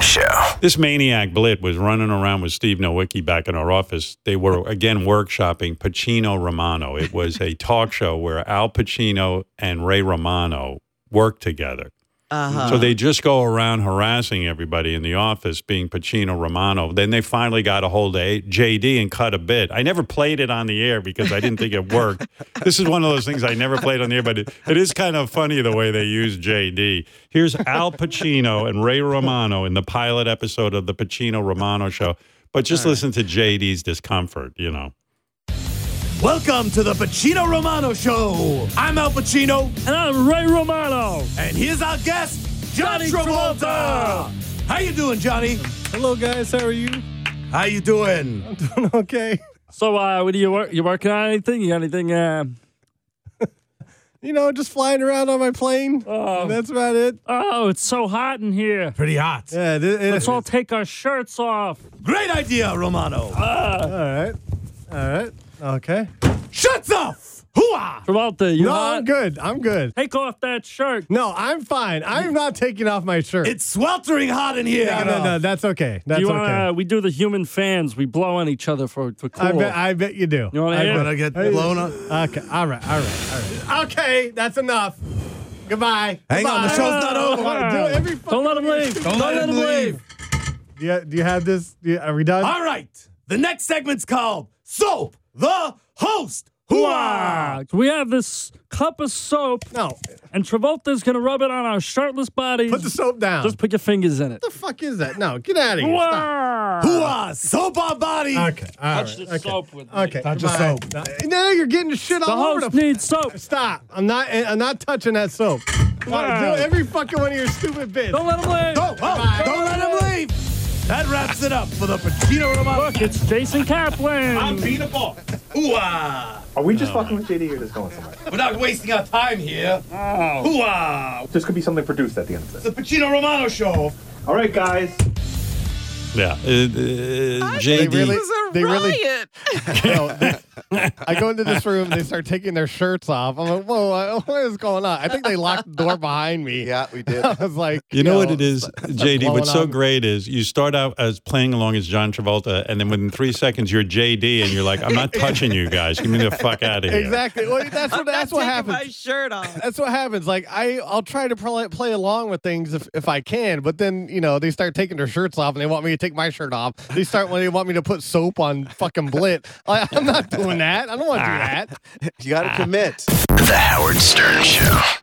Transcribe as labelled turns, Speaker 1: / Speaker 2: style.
Speaker 1: Show.
Speaker 2: This maniac Blit was running around with Steve Nowicki back in our office. They were again workshopping Pacino Romano. It was a talk show where Al Pacino and Ray Romano worked together.
Speaker 3: Uh-huh.
Speaker 2: So they just go around harassing everybody in the office, being Pacino Romano. Then they finally got a hold of A- JD and cut a bit. I never played it on the air because I didn't think it worked. this is one of those things I never played on the air, but it, it is kind of funny the way they use JD. Here's Al Pacino and Ray Romano in the pilot episode of the Pacino Romano show. But just listen to JD's discomfort, you know.
Speaker 4: Welcome to the Pacino Romano Show. I'm Al Pacino,
Speaker 5: And I'm Ray Romano.
Speaker 4: and here's our guest, John
Speaker 5: Johnny
Speaker 4: Travolta.
Speaker 5: Travolta.
Speaker 4: How you doing, Johnny?
Speaker 5: Hello, guys. How are you?
Speaker 4: How you doing?
Speaker 5: okay. So, uh, what do you work? You working on anything? You got anything? Uh,
Speaker 6: you know, just flying around on my plane.
Speaker 5: Oh.
Speaker 6: That's about it.
Speaker 5: oh, it's so hot in here.
Speaker 4: Pretty hot.
Speaker 6: Yeah, it, it,
Speaker 5: Let's all take our shirts off.
Speaker 4: Great idea, Romano.
Speaker 6: all right. All right. Okay.
Speaker 4: Shuts off. Hooah!
Speaker 5: Travolta, uh, you
Speaker 6: No,
Speaker 5: hot?
Speaker 6: I'm good. I'm good.
Speaker 5: Take off that shirt.
Speaker 6: No, I'm fine. I'm not taking off my shirt.
Speaker 4: It's sweltering hot in here.
Speaker 6: no, no, no. That's okay. That's
Speaker 5: you
Speaker 6: okay.
Speaker 5: wanna, We do the human fans. We blow on each other for for cool.
Speaker 6: I bet. I bet you do.
Speaker 5: you want to hear?
Speaker 4: Gonna
Speaker 5: it?
Speaker 4: get blown up.
Speaker 6: Okay. All right. All right. All right. Okay. That's enough. Goodbye.
Speaker 4: Hang on, the
Speaker 6: Goodbye.
Speaker 4: show's not over.
Speaker 6: I do every
Speaker 5: Don't let him leave. Don't,
Speaker 4: let him leave.
Speaker 6: Do you, do you have this? Do you, are we done?
Speaker 4: All right. The next segment's called Soap the Host. Hooah!
Speaker 5: So we have this cup of soap,
Speaker 6: No.
Speaker 5: and Travolta's gonna rub it on our shirtless bodies.
Speaker 6: Put the soap down.
Speaker 5: Just put your fingers in it.
Speaker 6: what the fuck is that? No. Get out of here. Stop.
Speaker 5: Wow.
Speaker 4: Hooah! Soap our body.
Speaker 6: Okay. all
Speaker 5: Touch
Speaker 6: right,
Speaker 5: the soap with me.
Speaker 6: Okay.
Speaker 4: Touch the
Speaker 6: goodbye.
Speaker 4: soap.
Speaker 6: No, No, you're getting the shit
Speaker 5: The
Speaker 6: all over the
Speaker 5: host needs soap.
Speaker 6: Stop. I'm not I'm not touching that soap.
Speaker 5: Wow.
Speaker 6: Do every fucking one of your stupid bits.
Speaker 5: Don't let him leave.
Speaker 4: Oh, oh, don't let him leave. That wraps it up for the Pacino Romano.
Speaker 5: Look, it's Jason Kaplan.
Speaker 4: unbeatable. Hooah!
Speaker 7: Are we just fucking with JD or just going somewhere?
Speaker 4: We're not wasting our time here. Hooah!
Speaker 7: This could be something produced at the end of this.
Speaker 4: The Pacino Romano Show.
Speaker 7: All right, guys.
Speaker 2: Yeah. Uh, uh, JD.
Speaker 6: really-
Speaker 3: was a
Speaker 6: They really-
Speaker 3: riot.
Speaker 6: No, they- I go into this room. They start taking their shirts off. I'm like, whoa, uh, what is going on? I think they locked the door behind me.
Speaker 8: Yeah, we did.
Speaker 6: I was like,
Speaker 2: You know what it is, JD? What's so
Speaker 6: blowing up.
Speaker 2: great is you start out as playing along as John Travolta, and then within three seconds you're JD, and you're like, "I'm not touching you guys. Give me the fuck out of here."
Speaker 6: Exactly. Well, that's what. That's
Speaker 3: Not
Speaker 6: what
Speaker 3: taking My
Speaker 6: happens.
Speaker 3: shirt off.
Speaker 6: That's what happens. Like I, I'll try to play, play along with things if, if I can, but then you know they start taking their shirts off and they want me to take my shirt off. They start when they want me to put soap on fucking blit. I, I'm not doing that. I don't want to do that.
Speaker 8: You got to commit.
Speaker 1: The Howard Stern Show.